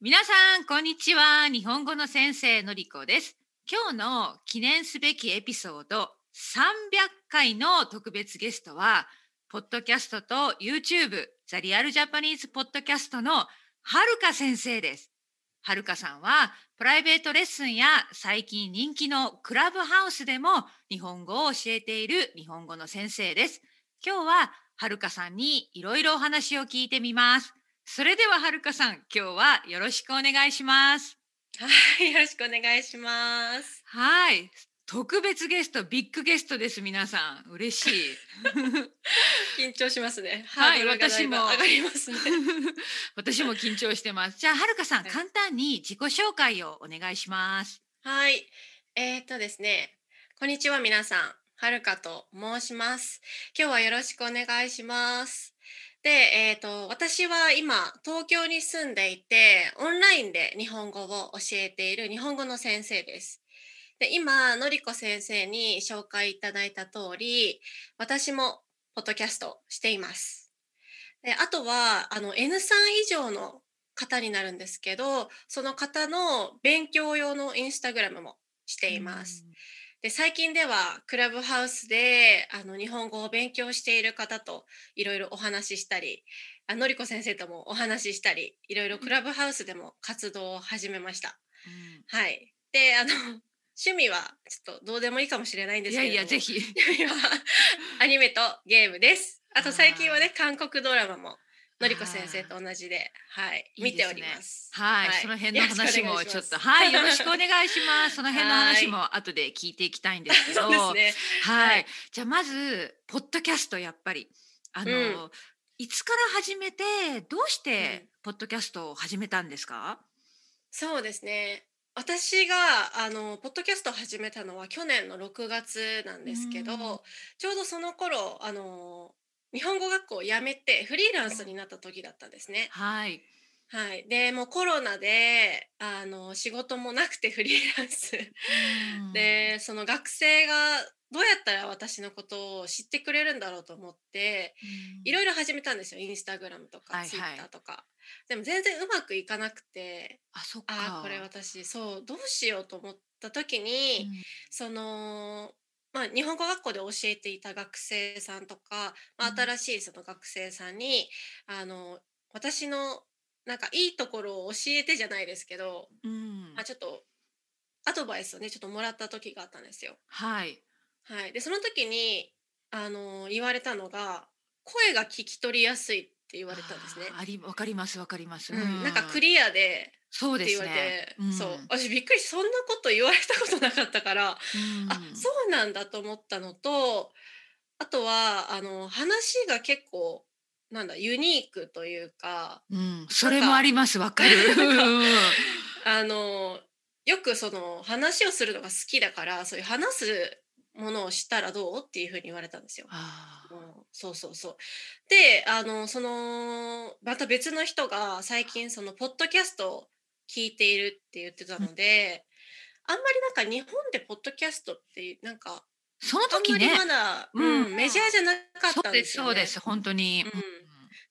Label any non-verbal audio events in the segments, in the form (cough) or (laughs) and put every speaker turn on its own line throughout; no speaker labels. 皆さんこんにちは日本語の先生のりこです今日の記念すべきエピソード300回の特別ゲストはポッドキャストと YouTube ザリアルジャパニーズポッドキャストのはるか先生ですはるかさんはプライベートレッスンや最近人気のクラブハウスでも日本語を教えている日本語の先生です今日ははるかさんにいろいろお話を聞いてみますそれでははるかさん今日はよろしくお願いします
はい、よろしくお願いします。
はい特別ゲストビッグゲストです皆さん嬉し
(laughs)
い
緊張しますね。
はい
ハードルがだいぶ
私も
上がりますね。
私も緊張してますじゃあはるかさん
はい
簡単に自己紹介をお願いします
はい、えーっとですね。こんにちは、皆さん。はるかと申します。今日はよろしくお願いします。で、えーっと、私は今東京に住んでいて、オンラインで日本語を教えている日本語の先生です。で、今のりこ先生に紹介いただいた通り、私もポッドキャストしています。で、あとはあの N 3以上の方になるんですけどその方の勉強用のインスタグラムもしています。で最近ではクラブハウスであの日本語を勉強している方といろいろお話ししたりあのりこ先生ともお話ししたりいろいろクラブハウスでも活動を始めました。
うん
はい、であの (laughs) 趣味はちょっとどうでもいいかもしれないんで
い
す
や
けれど
い
も
やぜひ
(laughs) 趣味はアニメとゲームです。あと最近は
あ
ね韓国ドラマものりこ先生と同じで、はい、
いい
見
で
て
す
お
ね
ります。
はい、その辺の話もちょっとはいよろしくお
いし
願いしますその辺の話も後で聞いていきたいんですけど
ますそうですね。
はい、
はい
じゃあまずポッドキャストやっぱりあの、
うん
いつから始めてどうし
う
て
ん
ポッドキャストを始めたんですか、
そうですね。私があのポッドキャストを始めたのは去年の6月なんですけど、
うん
ちょうどその頃あの日本語学校を辞めてフリーランスになった時だったんですね。
はい、
はい、でもうコロナであの仕事もなくてフリーランス
うん
でその学生がどうやったら私のことを知ってくれるんだろうと思って
うん
いろいろ始めたんですよインスタグラムと
はい
か
はい
ツイッターとか、でも全然うまくいかなくて
あそっか
ああこれ私そうどうしようと思った時
う
に、
ん
その、まあ、日本語学校で教えていた学生さんとか、ま
う
あ
ん、
新しいその学生さんにあの私のなんかいいところを教えてじゃないですけど、
うん
まあ、ちょっとアドバイスをねちょっともらった時があったんですよ。
はい
はい、でその時に、あのー言われたのが声が聞き取りやすいって言われたんですね
あ。ーありわかりますわかります、
うん、なんかクリアで
そう
って
で
言
す
われて、
ね
そう
うん
私びっくりそんなこと言われたことなかったから、あ
うん
そうなんだと思ったのとあとはあの話が結構なんだユニークというか
うん、それもありますわかる
(laughs) なんか
うん
あのよくその話をするのが好きだからそういう話すものをしたらどうっていうふうに言われたんですよ。
あ
うんそうそうそう。で、あの、その、また別の人が最近、その、ポッドキャストを聞いているって言ってたので、あんまりなんか日本でポッドキャストって、なんか、
ーその
あん
時
ま
ね
りまだ、
うん
うんメジャーじゃなかっ
そ
た
うんで
ですす
そ
よ
う
ね。
です本当に、
うん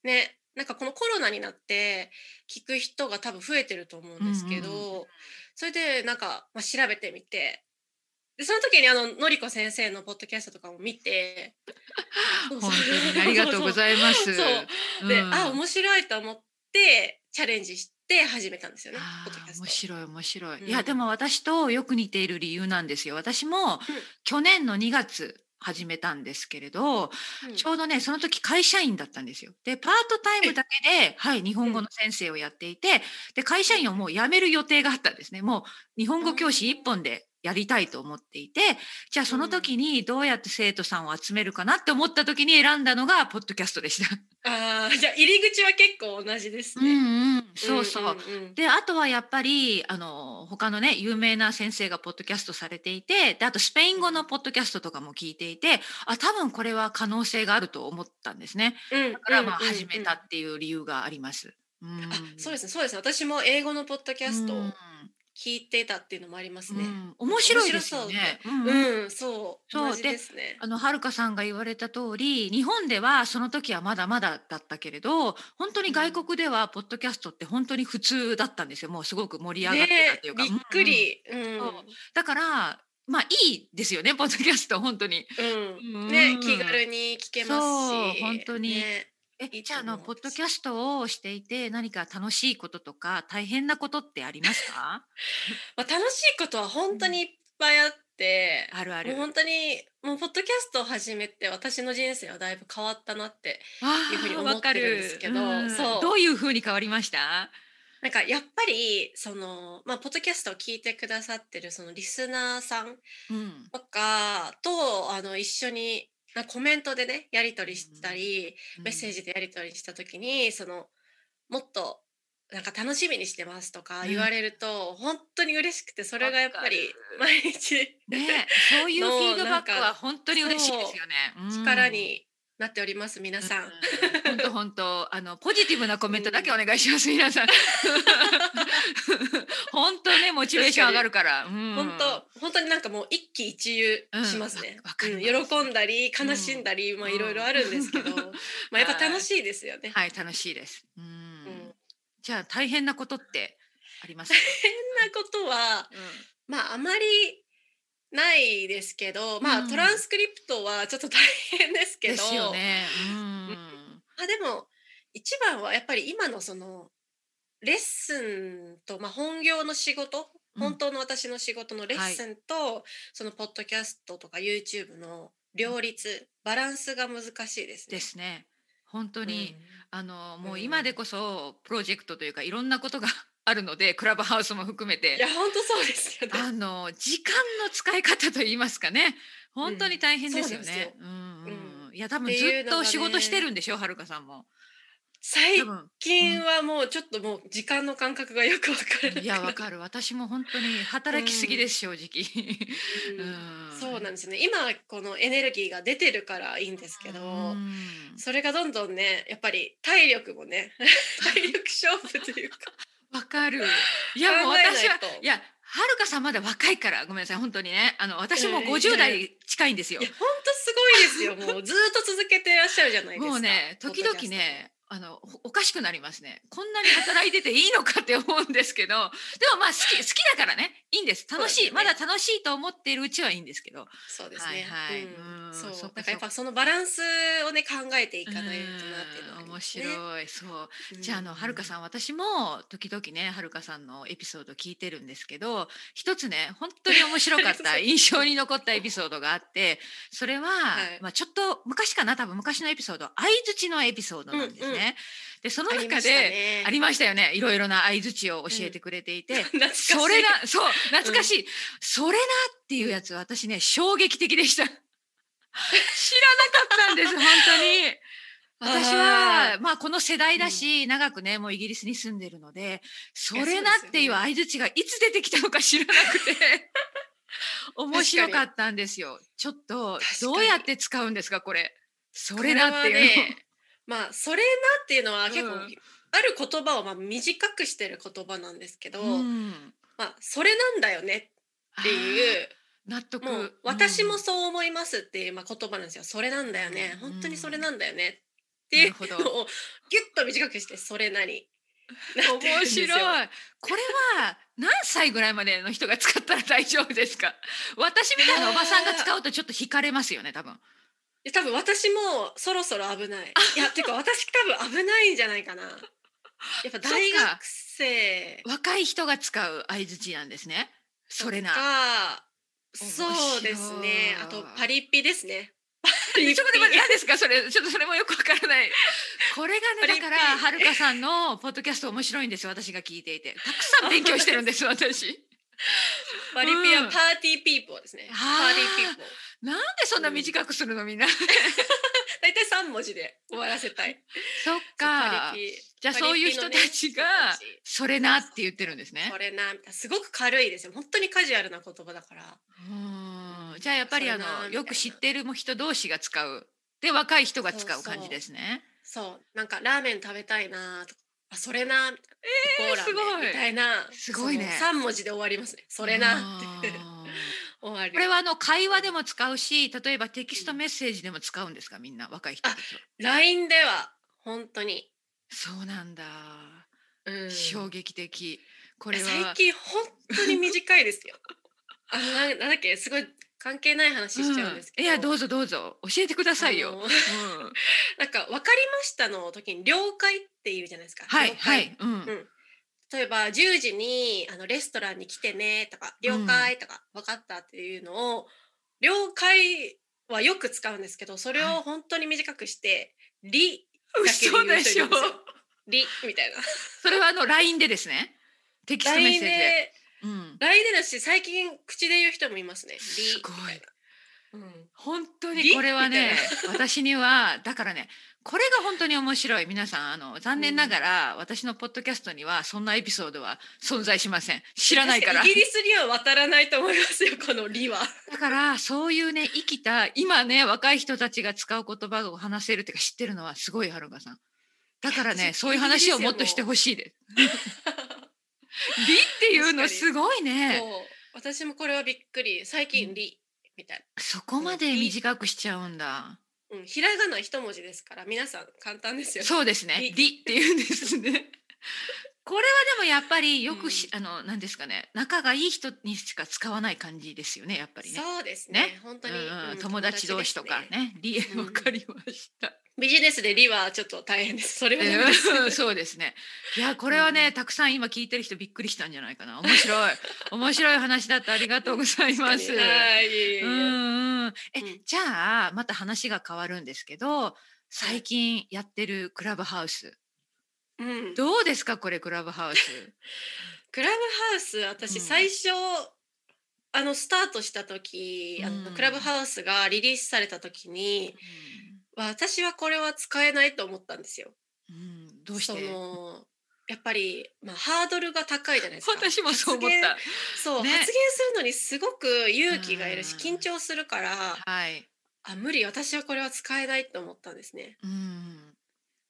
ね、なんかこのコロナになって聞く人が多分増えてると思うんですけど、
うん
それでなんか、まあ、調べてみてでその時にあののりこ先生のポッドキャストとかも
(laughs)
見てそうそ
本
う
当にありがとうございます。
そうで、
うん
あ面白いと思ってチャレンジして始めたんですよね
あ
ポッドキ
ー
ャスト。
面白い面白い、
うん
いやでも私とよく似ている理由なんですよ私も去年の2月始めたんですけれど、
うん
ちょうどねその時会社員だったんですよでパートタイムだけで、はい、日本語の先生をやっていてで会社員をもう辞める予定があったんですねもう日本語教師一本でやりたいと思っていてじゃあその時にどうやって生徒さんを集めるかなって思った時に選んだのがポッドキャストでした。
あーじゃあ入り口は結構同じです
う
ね。
んうん、そうそう、
んうんうん
であとはやっぱりあの他のね有名な先生がポッドキャストされていてであとスペイン語のポッドキャストとかも聞いていてあ多分これは可能性があると思ったんですね
うん
だからまあ
うんうんうん
始めたっていう理由があります。うん
あそうですねそうですね私も英語のポッドキャスト
うん
聞いてたっていうのもありますね。
うん、面白いですよね。うん
う
うん
ん、そう。
そう
同じですね。
あのはるかさんが言われた通り日本ではその時はまだまだだったけれど本当に外国ではポッドキャストって本当に普通だったんですよもうすごく盛り上がってたっていうか、
ねびっく
うんうん
り。うん、うん
そうだからまあいいですよねポッドキャスト本当に。うん
ね、気軽に聞けます
そう
し。
本当に
ねい
え
い
じ
と
ゃあ
思
あ
います
のポッドキャストをしていて何か楽しいこととか大変なことってありますか
まあ、楽しいことは本当にいっぱいあっ
(laughs)
て。
あるあ
も
る
う。本当にもうポッドキャストを始めて私の人生はだいぶ変わったなっていうふうに思ってるんですけど
わかるうん
そう
どういうふうに変わりました
なんかやっぱりその、まあ、ポッドキャストを聞いてくださってるそのリスナーさん
うん
とかとあの一緒になコメントでねやり取りしたり、メッセー
ジ
ジでやり取りした時にそのもっとなんか楽しみにしてますとか
うん
言われると、本当に嬉しくてそれがやっぱり
わ
毎日、
ねそう (laughs) いうフィードバック
のなん
は
か
本当に嬉しいですよね。うん
力になっております皆さん。
本当本当あのポジティブなコメントだけお願いします、皆 (laughs) さん。本当ねモチベーション上がるから。うん
本当本当になんかもう一喜一憂しますね
うんわわか。り
うん
ます
喜んだり悲しんだり、まあ
うん
いろいろあるんですけど、
うん
まあやっぱ楽しいですよね。
はい楽しいです。うん
うん
じゃあ大変なことってあり
(laughs)
ますか。
そんなことは
う
まああまりないですけど、ま
う
あ
ん
トランスクリプトはちょっと大変です
ん
けど、
ですよね。うん
まあでも一番はやっぱり今のそのレッスンとまあ本業の仕事。
うん
本当の私の仕事のレッスンと、そのポッドキャストとか YouTube の両立バランスが難しいですね。
ですね。本当に、あのもう
うん
今でこそプロジェクトというかいろんなことがあるのでクラブハウスも含め
い
て。
や本当そうですよね。
あの時間の使い方といいますかね本当に大変ですよ
そうなんで
ね
す。
うんうん
う
いや多分
って
ず
いう
っ
のが
と
ね
仕事してるんでしょはるかさんも。
最
多分
近はもうちょっともう時間の感覚がよくわからない。
いやわかる私も本当に働きすぎです正直。
うん
うん
(laughs) そうなんですよね。今このエネルギーが出てるからいいんですけど、
うん
それがどんどんねやっぱり体力も
(laughs)
ね体力勝負というか。
わか
(laughs)
る。いやもう
考えない
私は
と
いやはるかさんまだ若いからごめんなさい本当にねあの私も
うん
50代近いんですよ
いや。本当すごいです
(laughs)
よ。もうずっと続けてらっしゃるじゃないですか。
もうね
ポッド
時
キャス
々
ト。
ねあのおおかしくなりますねこんなに働いてていいのかって思うんですけどでもまあ好き好きだからねいいんです楽しい、
そうです
ま
ね
だ楽しいと思っているうちはいいんですけど
そうですね。
はいはい
うん
うん
そう。
そ
だ
っか
か
ら
やっぱそのバランスをね考えていかないとなっていうの
う
はあり
ん
ま
面
すね、
白いそう
うん
じゃああのはるかさん私も時々ねはるかさんのエピソード聞いてるんですけど一つね本当に面白
(laughs)
かっ
あ
た
り
印象に残ったエピソードがあってそれは、
はい
まあ、ちょっと昔かな多分昔のエピソード相づちのエピソードなんですね。
うんうん
でその
ありま
中
した
で
ね
ありましたよねいろいろな相づちを教えてくれていて、
(laughs) 懐かしい
それなそう懐かしい、それなっていうやつ私ね衝撃的でした知らなかったん
(laughs)
です本当に私
あ
はまあこの世代だし、長くねもうイギリスに住んでるのでそれなっていう相づちがいつ出てきたのか知らなくて
(laughs)
面白かったんですよちょっと
確かに
どうやって使うんですかこれそ
こ
れなっていうの
れは
(laughs)
ねまあそれなっていうのは結構、
うん
ある言葉をまあ短くしてる言葉なんですけど、
うん
まあそれなんだよねっていう
あー納得
もう私もそう思いますっていうまあ言葉なんですよ。それなんだよね。
うん
本当にそれなんだよねってい
な
う
るほ
の
ど
をギュッと短くしてそれなり。
面
い。
白い。これは何歳ぐらいまでの人が使ったら大丈夫ですか。私みたいなおばさんが使うとちょっと惹かれますよね、多分。
で多分私もそろそろ危ない。いやてか私多分危ないんじゃないかな。やっぱ大学生
若い人が使う相槌なんですね。それな。
かそうですね。あ
面白い
とパリピですね。パ
ちょっ
リ
と待って待って何ですかそれちょっとそれもよくわからないこれがねだから
パ
はるかさんのポッドキャスト面白いんですよ私が聞いていてたくさん勉強してるんです (laughs) 私
パリピ
う
は
ん
パーティーピーポーですね。パ
あー
ーティーピーポー。
なんでそんな短くするのみんな
大体三文字で終わらせたい。
そっか
パリピ
じゃあそういう人たちが
パリピのね
それなって言ってるんですね
これなみたいなすごく軽いですよ本当にカジュアルな言葉だから
うんじゃあやっぱり
そ
あ
れなみた
の
いな
よく知ってる人同士が使うで若い人が使う感じですね。
そうなんかラーメン食べたいなとかあそれな、イコーラ
すごい
ねみたいな
すごいね
その3文字で終わりますねそれな
あー
終わり
これはあの会話でも使うし例えばテキストメッセージでも使うんですかみんな若い人たちは
LINE では本当に、
そうなんだ、
うん、
衝撃的これは
最近本当に短いですよあのななんだっけすごい関係ない話しちゃうんですけど、
いやど
う
うぞどうぞ教えてくださいよ、うん
なんか分かりましたの時に了解っていうじゃないですか。
はい
了
は
解
い、うん
うん例えば10時にあのレストランに来てねとか了解とか分かったっていうのを了解はよく使うんですけどそれを
は
本当に短くして「り」だけで
嘘
言
で
う人い
し
る
ょ
んですよ。り
(laughs)
みたいな。
それはあの LINE でですねテキストメッセージ
LINE
で、
で
うん、
LINE でだし最近口で言う人もいますね。り
すごい
みたなうん
本当にこれはね私にはだからねこれが本当に面白い皆さんあの残念ながら、私のポッドキャストにはそんなエピソードは存在しません (laughs) 知らないから
確にイギリスには渡らないと思いますよこの「り」は。
だからそういうね生きた今ね若い人たちが使う言葉を話せるっていうか知ってるのはすごいはるかさんだから
い
ね
や
そういう話をもっとしてほしいです (laughs) 美っていうのすごいね
そう私もこれはびっくり最
うん
近「り」みたい
そこまで短くしちゃうんだ
な、うん、ひらがな一文字ですから皆さん簡単ですよね
そうですね
り
美っていうんです
(laughs)
ねこれはでもやっぱりよくし、あの何ですかね仲がいい人にしか使わない感じですよねやっぱりね
そうですね
ね
本当に、
うんうん
うん
友達同士とか
友達です
ね理
ねうん
わかりました
(laughs) ビジネスで「り」はちょっと大変ですそれはダメです
うんそうですね。いやこれはね、
うん
たくさん今聞いてる人びっくりしたんじゃないかな。面白
(laughs)
い面白い話だったありがとうございます。
はいいえいえいえ
うんうん。え、
うん
じゃあまた話が変わるんですけど、最近やってるクラブハウス
うん
どうですかこれクラブハウス。
クラブハウス私
うん
最初、あのスタートした時あの、
うん
クラブハウスがリリースされた時に私はこれは使えないと思ったんですよ
うん、うんどうして
そ？のやっぱり、まあ、ハードルが高いじゃないですか
私もそう思っ
発
た。
言そう、
ね
発言するのにすごく勇気がいるし
うん
緊張するから
はい。
あ無理私はこれは使えないと思ったんですね
うん。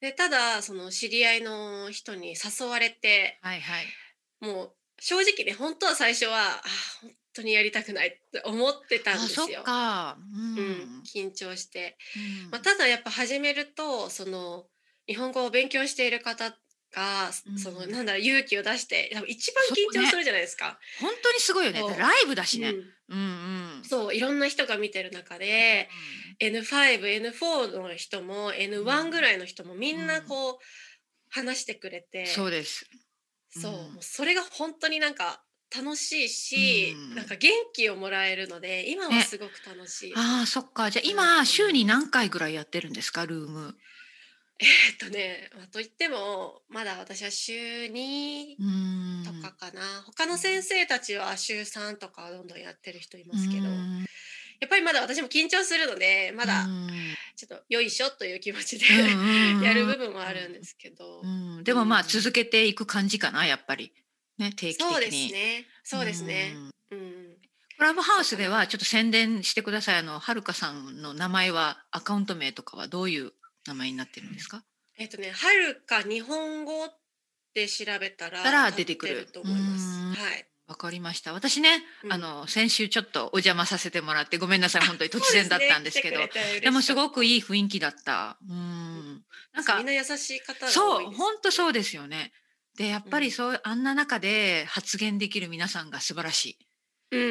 でただその知り合いの人に誘われて
はいはい。
もう正直ね本当は最初はあ本当にやりたくないって思ってた
あ
んです
そ
よ
っ。か。うん。
うん緊張して、
うん
まあ、ただやっぱ始めるとその日本語を勉強している方が、
うん
そのなんだろう勇気を出して多分一番緊張するじゃないですか。
本当にすごいよね。
そう
だってライブだしね。うんうん。
そういろんな人が見てる中で N5N4 の人も
うん
N1 ぐらいの人もみんなこう、話してくれて
そうです。
そう
うん
もうそれが本当になんか楽しいし、
うん
なんか元気をもらえるので今はすごく楽しい。
ああ、そっか。じゃあ
う
今
ん
週に何回ぐらいやってるんですか、ルーム。
えっとね、まあ、といってもまだ私は週2
うーん。
とかかな、他の先生たちは週3とかどんどんやってる人いますけど、
うー
や
ん
っぱりまだ私も緊張するのでまだ
うーん
ちょっとよいしょという気持ちで、
うんうん
(laughs) やる部分はあるんですけど、
うんでもまあ続けていく感じかな、やっぱり。ね、定期的に。
そうですねそうですね
う、ん
うん
クラブハウスではちょっと宣伝してください。あの、はるかさんの名前は、アカウント名とかはどういう名前になってるんですか。
えっ、とね「はるか日本語」って調べたら
たら出てくる
多分と思います。
うん
はい
わかりました。私ね、
うん
あの、先週ちょっとお邪魔させてもらって、ごめんなさい。本当に突然だったんですけど。
そうね来てくれたら嬉しかった
でもすごくいい雰囲気だった。うん。なんか
みんな優しい方が多
そ
いうです
本当そうですよね。でやっぱ
う
り
ん
そう、あんな中で発言できる皆さんが素晴らしい。
うん
う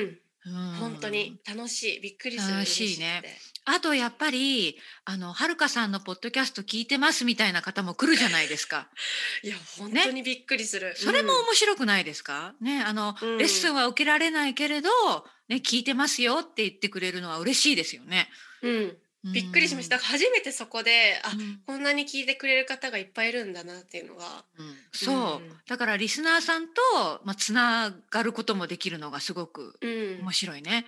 ん
本当に。楽しいびっくりする
楽しいね
嬉しくて
あとやっぱりあのはるかさんのポッドキャスト聞いてますみたいな方も来るじゃないですか。
いや本当にびっくりする、
それも
うん
面白くないですか。ねあの、
うん
レッスンは受けられないけれどね聞いてますよって言ってくれるのは嬉しいですよね。
うんびっくりしましただ
うん。
から初めてそこであ、
うん
こんなに聞いてくれる方がいっぱいいるんだなっていうのが
うんそう、
うん
だからリスナーさんと、まあ、つながることもできるのがすごく
うん
面白いね。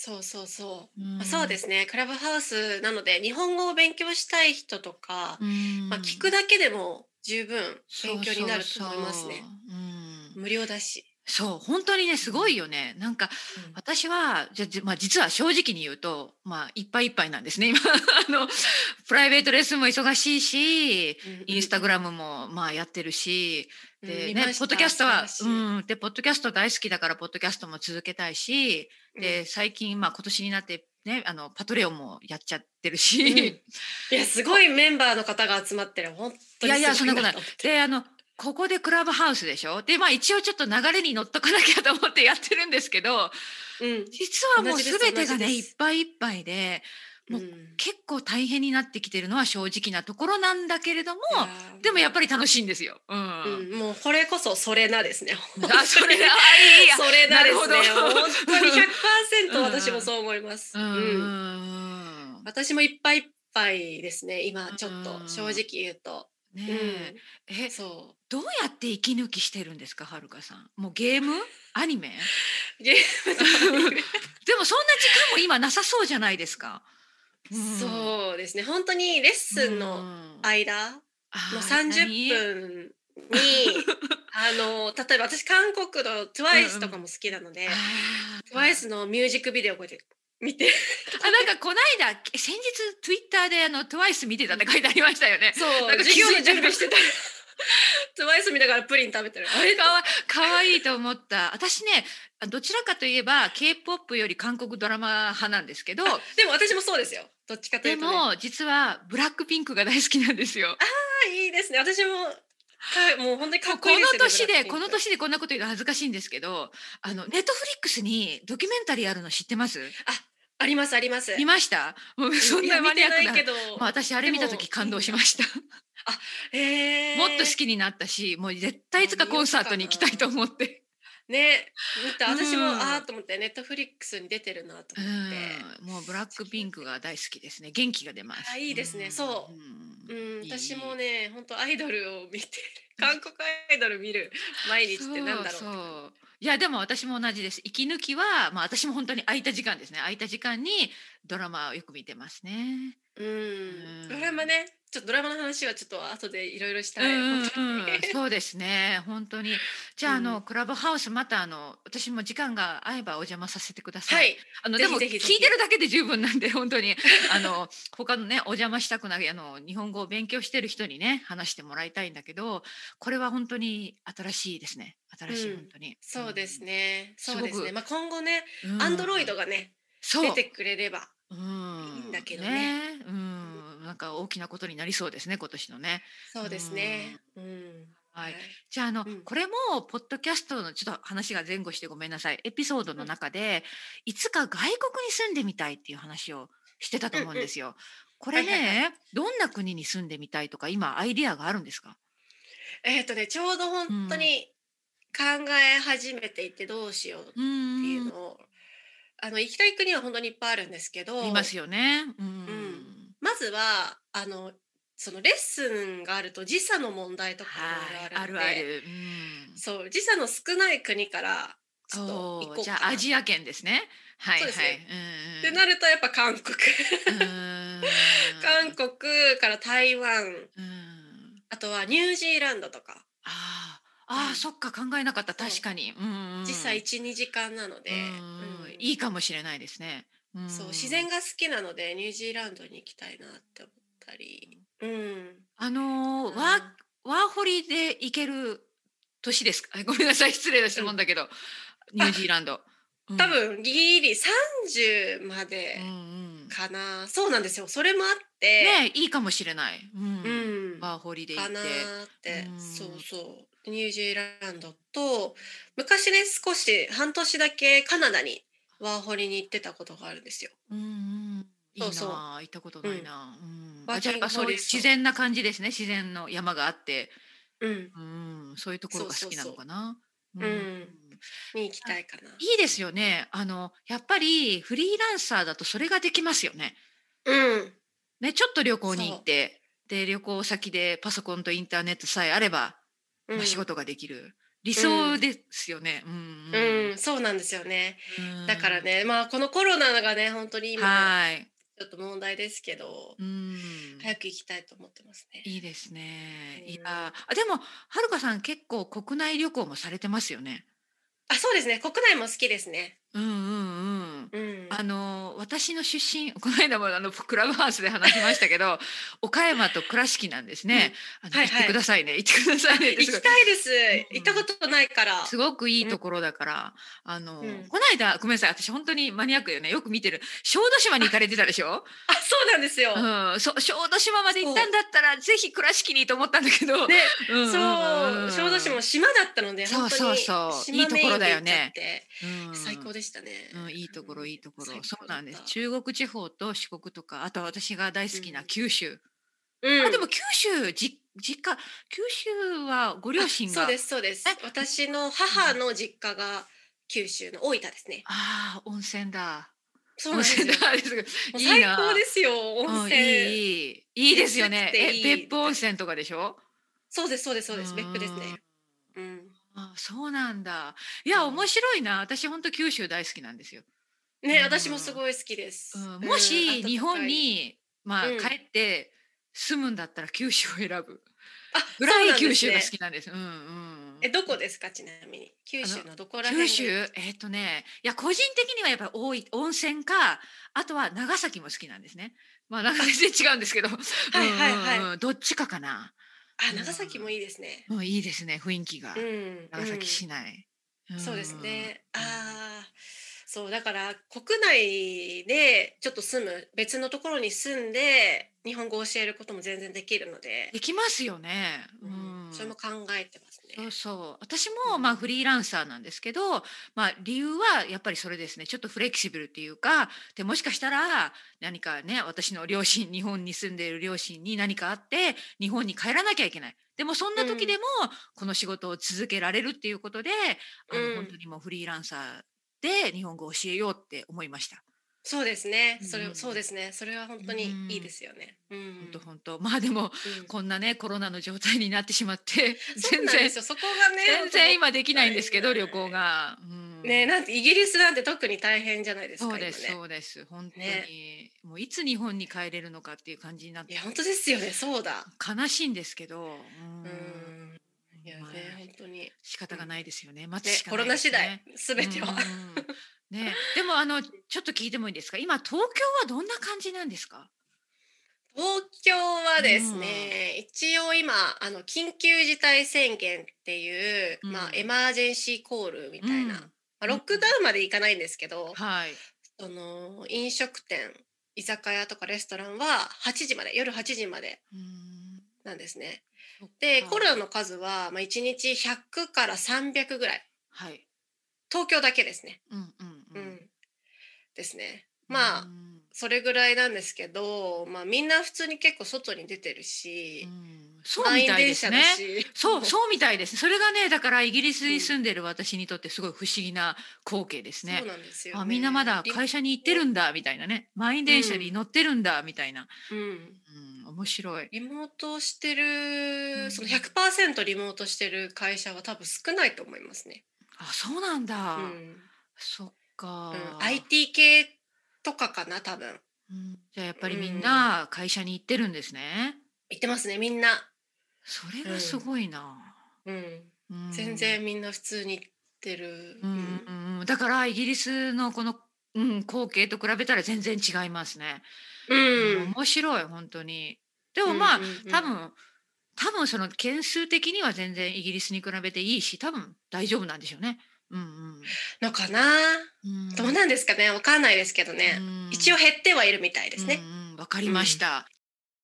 そうそうそうう、
ん
まあ、そうですねクラブハウスなので日本語を勉強したい人とか、
うん
まあ、聞くだけでも十分勉強になると思います
そ
ね
うそうそううん
無料だし
そう本当にねすごいよねなんか私はじゃじまあ、実は正直に言うと、まあ、いっぱいいっぱいなんですね今 (laughs) あのプライベートレッスンも忙しいしインスタグ
ラ
ラムもまあやってるし
ム
で、ね、ポッドキャストは、うん、でポッドキャスト大好きだからポッドキャストも続けたいしで最近、まあ、今年になって、ね、あのパトレオンもやっちゃってるし、
いやすごいメンバーの方が集まってる本当に
いやいや
すご
そんなこと
思っ
(laughs)
て
であのここでクラブハウスでしょでまあ一応ちょっと流れに乗っとかなきゃと思ってやってるんですけど
うん
実はもう
同じです
全てが
同
ね
じ
い
で
っ
す
ぱいいっぱいでもう
うん
結構大変になってきてるのは正直なところなんだけれども
いやー
でもやっぱり楽しいんですよ。うん
うんもうこれこそそれなですね。
あそれだあいいや
それなですね。
なるほど
本当に
う
100%
ん
私も (laughs) そう思います。
うん
うん私もいっぱいいっぱいですね。今ちょっ
うん
と正直言うと、
ね
う
え
ん、
え
そ
どうやって息抜きしてるんですかはるかさんもうゲームアニメ
うゲー
(laughs)
ムとかね
でもそんな時間も今なさそうじゃないですか。うん
そうですね。本当にレッスンの間の
も
30分に
(laughs)
あの例えば私韓国の TWICE とかも好きなので、TWICE のミュージックビデオこうやって見て
あなんかこの間先日ツイッターであの TWICE 見てたって書いてありましたよね。
そう
なんか
授業
気づ
の
いた
準
(laughs)
備してたら TWICE 見ながらプリン食べてる
あれかわかわいいと思った私ねどちらかといえば k p o p より韓国ドラマ派なんですけど
でも私もそうですよどっちかとい
で
うと、ね、あ
も実はブラックピンクが大好きなんですよ。
いいですね私もかもう本当にかっこ
こ
いい
の
ですよね
年で
BLACKPINK
この年でこんなこと言うの恥ずかしいんですけどあのネットフリックスにドキュメンタリーあるの知ってます
ありますあります
見ましたもうそん
いや
なマニアック
見て
な
ないけど、
まあ、私あれ見た
で
時
も
感動しました。
えー
もっと好きになったし、もう絶対いつかコンサートに行きたいと思って。
ね見た私も、
うん
ああと思ってネットフリックスに出てるなと
う
思って、
ん、もうブラックピンクが大好きですね。元気が出ます。
あいいですね
ん
そうんん、私もね本当アイドルを見て韓国アイドル見る毎日ってなん
そ
だろう
うそういやでも私も同じです。息抜きはまあ私も本当に空いた時間ですね。空いた時間にドラマをよく見てますね。
うん
うん
ドラマねちょっとドラマの話はちょっと後でいろいろしたい、
うんうん
本当に
そうですね。本当に。じゃああの、
う
クラブハウスまたあの私も時間が合えばお邪魔させてください。
はい
あの
ぜ
で
ひ
も聞
ぜ
い
ひぜひ
てるだけで十分なんで本当に (laughs) あの他のねお邪魔したくないあの日本語を勉強してる人にね話してもらいたいんだけどこれは本当に新しいですね新しい、
うん
本当に
そうです、ね、
うん
そうです
すご
ね
く
まあ今後ね
うん
アンドロイドがね
そう
出てくれれば
うん
いいんだけどね
うんなんか大きなことになりそうですね今年のね
そうですねうん
はいじゃああの、
うん
これもポッドキャストのちょっと話が前後してごめんなさいエピソードの中で、いつか外国に住んでみたいっていう話をしてたと思うんですよ。これね、
はいはい
どんな国に住んでみたいとか今アイディアがあるんですか、
えっ、とねちょうど本当に考え始めていてどうしようって
う
いうんのを、あの行きたい国は本当にいっぱいあるんですけど
いますよね。うん
んまずはあのそのレッスンがあると時差の問題とか
はい
が
あ
あるの
る
で、
ある。うん
そう時差の少ない国からちょっと行こ
そうう
かな
じゃあアジア圏ですね。はい
そ
はい。
うですね
うん
ってなるとやっぱ韓国
うん
韓国から台湾
うん
あとはニュージーランドとか
あーあー、
うん
そっか考えなかった
そう
確かに、うんうん、
時差12時間なので、
うん
うん
いいかもしれないですね、ん
そう自然が好きなのでニュージーランドに行きたいなって思ったり、うん、
あのーワ
あ
ーワーホリで行ける年ですか (laughs) ごめんなさい失礼な質問だけど、ニュージーラン
(laughs)
ド、うん
多分ギリギリ30まで
うんうんね
かな、そうなんですよそれもあって、
いいかもしれない、うん
うん、
ワーホリで行っ
か
て
なーって、
うん
そうそうニュージーランドと昔ね少し半年だけカナダにワーホリに行ってたことがあるんですよ。
うんうんいいな
そうそう
行ったことないな、うん
ワー
あじゃあやっぱそういう
ワーホリそう
自然な感じですね自然の山があって、
うん、
うん、そういうところが好きなのかな
うそうに行きたいかな。
いいですよね。あの、やっぱりフリーランサーだとそれができますよね。
うん、
ね、ちょっと旅行に行って、で、旅行先でパソコンとインターネットさえあれば、
うん
まあ、仕事ができる。理想ですよね。うん。
うん、そうなんですよね。
うん
だから。ね、まあこのコロナがね本当に今
はい。
ちょっと問題ですけど、
うん。
早く行きたいと思ってますね。
いいですね。
うん
いやー、あ、でも、はるかさん結構国内旅行もされてますよね。
あ、そうですね。国内も好きですね。
うんうんうん。
うん。
あの私の出身この間もあのクラブハウスで話しましたけ
(laughs)
ど岡山と倉敷なんですね、あの
はいはい
行ってくださいね行ってくださいねっ
行
て
き
すごい
たいです
う。ん
行ったことないから。
すごくいいところだから、あの、
うん
この間ごめんなさい私本当にマニアックよねよく見てる小豆島に行かれてたでしょ、
あ、 (laughs) そうなんですよ。ね、
うん、そ小豆島まで行ったんだったらぜひ倉敷にと思ったんだけど、うん
そう、小豆島も島だったので、
そうそうそう
本当に島メインで行っちゃって
うん
最高でしたね。
うん、いいところいいところ、
最高
そうなんです
だった
中国地方と四国とかあとは私が大好きな
うん
九州、
うん、
あでも九州じ実家九州はご両親が
そうですそうです
え。
私の母の実家が九州の大分ですね。
ああ温泉だ
そうなん
温
です
泉。だ
よ
です
もう
いい
最
な
高ですよ温
うん
泉。
いいいいいいですよね
安くていい
え別府温泉とかでしょ
そうですそうですそうです別府です
う
ね
ん。
うん。
あそうなんだいや
うん
面白いな私本当九州大好きなんですよ、
ね、
うん
私もすごい好きです。
うん、
うん
もし日本、
暖かい
にまあ
うん
帰って住むんだったら九州を選ぶ
あ、
ぐら
そう
い
なんですね
九州が好きなんです。うんうん。
え、どこですか、ちなみに。九州のどこら辺
九
が。
州えっ、とねいや個人的にはやっぱり多い温泉かあとは長崎も好きなんですね。まあ長崎違うんですけど。はい。
はいはい
どっちかかな。
あ、長崎もいいですね。
うんいいですね雰囲気が、
うん。
長崎市
うん
内。ん
そうですね。
うん
ああ。そう、だから、国内で、ちょっと住む、別のところに住んで。日本語を教えることも全然できるので。
できますよね。う
うん
ん。
それも考えてます
そ
ね
う。そう私
う
も
ん
まあフリーランサーなんですけど、まあ、理由はやっぱりそれですねちょっとフレキシブルっていうかでもしかしたら何かね私の両親日本に住んでいる両親に何かあって日本に帰らなきゃいけないでもそんな時でもこの仕事を続けられるっていうことで、あ
うん
の本当にもうフリーランサーで日本語を教えようって思いました。
そうですね。
うん
それ、そうですね。それは本当にいいですよね。うん。
本当本当まあでも
うん
こんなねコロナの状態になってしまって
そう
(laughs) 全
なんで
然
すよ。そこがね。
全然今できないんですけど
はい
旅行が。うん
ねなんてイギリスなんて特に大変じゃないですか
そうです、
今ね
そうです本当に、
ね
もういつ日本に帰れるのかっていう感じになっ
い
て
や本当ですよねそうだ
悲しいんですけどう
うんんいやね
まあ
本当にね
仕方がないですよね待つしか
コ
な
ロ
いで
ナ
す
次第
ね、
すべては、
うんうんねでもあのちょっと聞いてもいいですか今東京はどんな感じなんですか
東京はですね、一応今あの緊急事態宣言っていう、
うん
まあエマージェンシーコールみたいな、
うん
まあ、ロックダウンまでいかないんですけど、
はい
その飲食店居酒屋とかレストランは8時まで夜8時まで
うん
なんですね
そっか
でコロナの数は、まあ、1日100から300ぐらい
はい
東京だけですね。
うんうん
う
うんん、
ですね。まあ、
うん
それぐらいなんですけど、まあ、みんな普通に結構外に出てる
う、
し
んそうみたいですね
満員電車だし
そうそうみたいですそれがねだからイギリスに住んでる私にとってすごい不思議な光景ですね
そうなんですよ、ね。
あみんなまだ会社に行ってるんだみたいなね満員電車に乗ってるんだみたいな、
リ,、うん、
うん、面白い
リモートして
う
る
ん
その100%リモートしてる会社は多分少ないと思いますね。
あそうなんだ、
うん
そっか、
うん、IT 系とかかな多分
うんじゃあやっぱりみんな会社に行ってるんですね、
行ってますねみんな、
それがすごいな、
うん、
うん
全然みんな普通に行ってる。
うんうんうんだからイギリスのこの、うん、光景と比べたら全然違いますね、
うん
面白い本当にでもまあ、
うんうんうん
多分多分その件数的には全然イギリスに比べていいし多分大丈夫なんでしょうね。うん
のかな、
うんうん、
どうなんですかねわかんないですけどね、
うん
一応減ってはいるみたいですね、
うんうんわかりました、